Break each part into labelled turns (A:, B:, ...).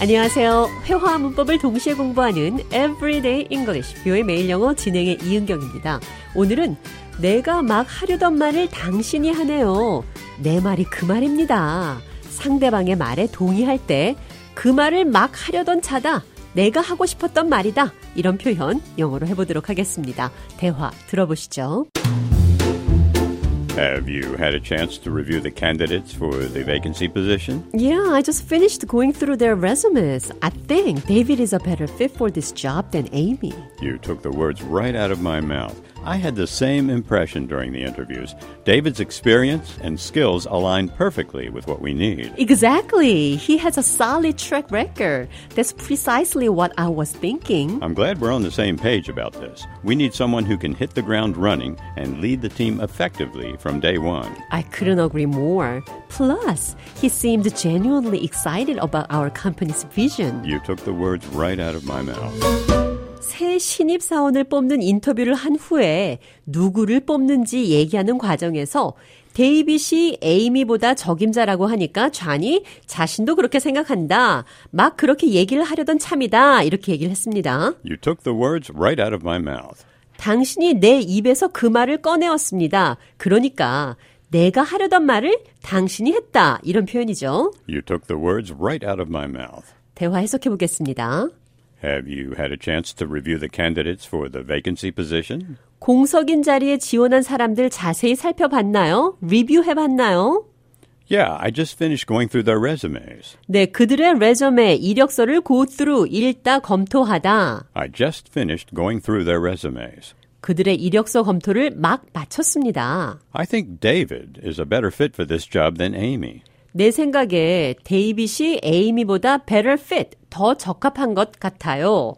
A: 안녕하세요. 회화와 문법을 동시에 공부하는 Everyday English, 뷰의 매일 영어 진행의 이은경입니다. 오늘은 내가 막 하려던 말을 당신이 하네요. 내 말이 그 말입니다. 상대방의 말에 동의할 때 그 말을 막 하려던 차다. 내가 하고 싶었던 말이다. 이런 표현 영어로 해보도록 하겠습니다. 대화 들어보시죠.
B: Have you had a chance to review the candidates for the vacancy position?
A: Yeah, I just finished going through their resumes. I think David is a better fit for this job than Amy.
B: You took the words right out of my mouth. I had the same impression during the interviews. David's experience and skills align perfectly with what we need.
A: Exactly. He has a solid track record. That's precisely what I was thinking.
B: I'm glad we're on the same page about this. We need someone who can hit the ground running and lead the team effectively from day one.
A: I couldn't agree more. Plus, he seemed genuinely excited about our company's vision.
B: You took the words right out of my mouth.
A: 새 신입 사원을 뽑는 인터뷰를 한 후에 누구를 뽑는지 얘기하는 과정에서 데이빗이 에이미보다 적임자라고 하니까 좌니 자신도 그렇게 생각한다. 막 그렇게 얘기를 하려던 참이다. 이렇게 얘기를 했습니다.
B: You took the words right out of my mouth.
A: 당신이 내 입에서 그 말을 꺼내었습니다. 그러니까 내가 하려던 말을 당신이 했다. 이런 표현이죠.
B: You took the words right out of my mouth.
A: 대화 해석해 보겠습니다.
B: Have you had a chance to review the candidates for the vacancy position?
A: 공석인 자리에 지원한 사람들 자세히 살펴봤나요? 리뷰해 봤나요?
B: Yeah, I just finished going through their resumes.
A: 네, 그들의 레저메, 이력서를 go through, 읽다, 검토하다.
B: I just finished going through their resumes.
A: 그들의 이력서 검토를 막 마쳤습니다.
B: I think David is a better fit for this job than Amy.
A: 내 생각에 데이빗이 에이미보다 better fit, 더 적합한 것 같아요.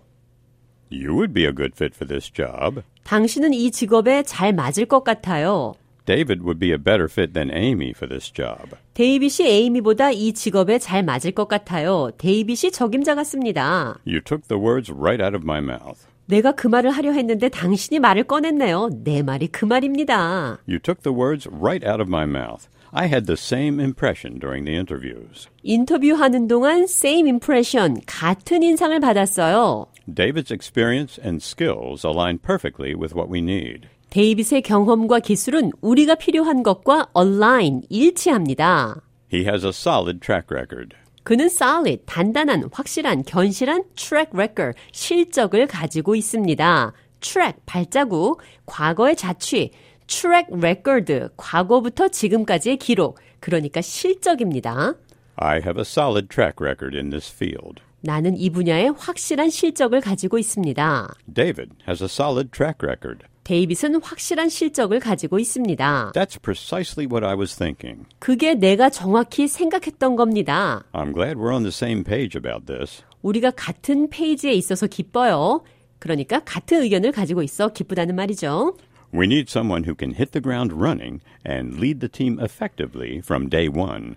B: You would be a good fit for this job.
A: 당신은 이 직업에 잘 맞을 것 같아요.
B: David would be a better fit than Amy for this job.
A: 데이빗이 에이미보다 이 직업에 잘 맞을 것 같아요. 데이빗이 적임자 같습니다.
B: You took the words right out of my mouth.
A: 내가 그 말을 하려 했는데 당신이 말을 꺼냈네요. 내 말이 그 말입니다.
B: You took the words right out of my mouth. I had the same impression during the interviews.
A: 인터뷰하는 동안 same impression, 같은 인상을 받았어요.
B: David's experience and skills align perfectly with what we need.
A: 데이빗의 경험과 기술은 우리가 필요한 것과 align, 일치합니다.
B: He has a solid track record.
A: 그는 solid, 단단한, 확실한, 견실한 track record, 실적을 가지고 있습니다. track, 발자국, 과거의 자취, track record, 과거부터 지금까지의 기록, 그러니까 실적입니다.
B: I have a solid track record in this field.
A: 나는 이 분야에 확실한 실적을 가지고 있습니다.
B: David has a solid track record.
A: 데이빗은 확실한 실적을 가지고 있습니다.
B: That's precisely what I was thinking.
A: 그게 내가 정확히 생각했던 겁니다.
B: I'm glad we're on the same page about this.
A: 우리가 같은 페이지에 있어서 기뻐요. 그러니까 같은 의견을 가지고 있어 기쁘다는 말이죠.
B: We need someone who can hit the ground running and lead the team effectively from day one.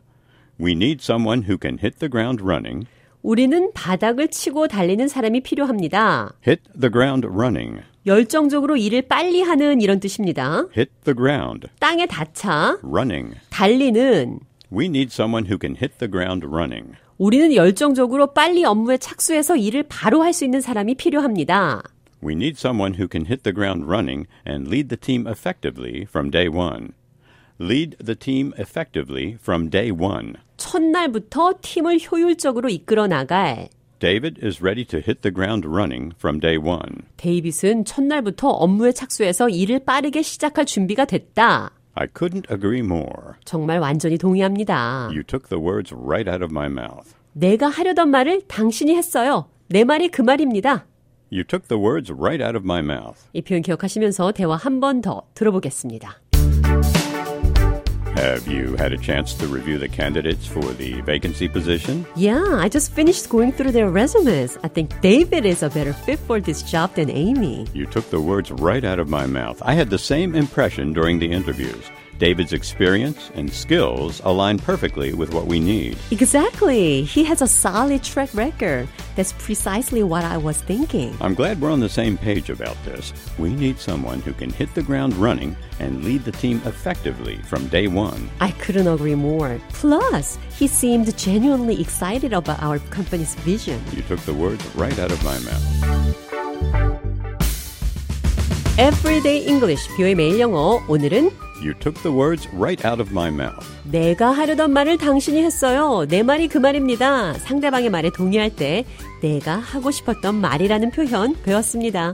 B: We need someone who can hit the ground running,
A: 우리는 바닥을 치고 달리는 사람이 필요합니다.
B: hit the ground running,
A: 열정적으로 일을 빨리 하는 이런 뜻입니다.
B: hit the ground
A: 땅에 닿자,
B: running.
A: 달리는
B: We need someone who can hit the ground running.
A: 우리는 열정적으로 빨리 업무에 착수해서 일을 바로 할 수 있는 사람이 필요합니다.
B: We need someone who can hit the ground running and lead the team effectively from day one. Lead the team effectively from day one.
A: 첫날부터 팀을 효율적으로 이끌어 나갈
B: David is ready to hit the ground running from day one.
A: 데이빗은 첫날부터 업무에 착수해서 일을 빠르게 시작할 준비가 됐다.
B: I couldn't agree more.
A: 정말 완전히 동의합니다.
B: You took the words right out of my mouth.
A: 내가 하려던 말을 당신이 했어요. 내 말이 그 말입니다.
B: You took the words right out of my mouth.
A: 이 표현 기억하시면서 대화 한 번 더 들어보겠습니다.
B: Have you had a chance to review the candidates for the vacancy position?
A: Yeah, I just finished going through their resumes. I think David is a better fit for this job than Amy.
B: You took the words right out of my mouth. I had the same impression during the interviews. David's experience and skills align perfectly with what we need.
A: Exactly. He has a solid track record. That's precisely what I was thinking.
B: I'm glad we're on the same page about this. We need someone who can hit the ground running and lead the team effectively from day one.
A: I couldn't agree more. Plus, he seemed genuinely excited about our company's vision.
B: You took the words right out of my mouth.
A: Everyday English, 뷰의 매일 영어. 오늘은
B: You took the words right out of my mouth.
A: 내가 하려던 말을 당신이 했어요. 내 말이 그 말입니다. 상대방의 말에 동의할 때 내가 하고 싶었던 말이라는 표현 배웠습니다.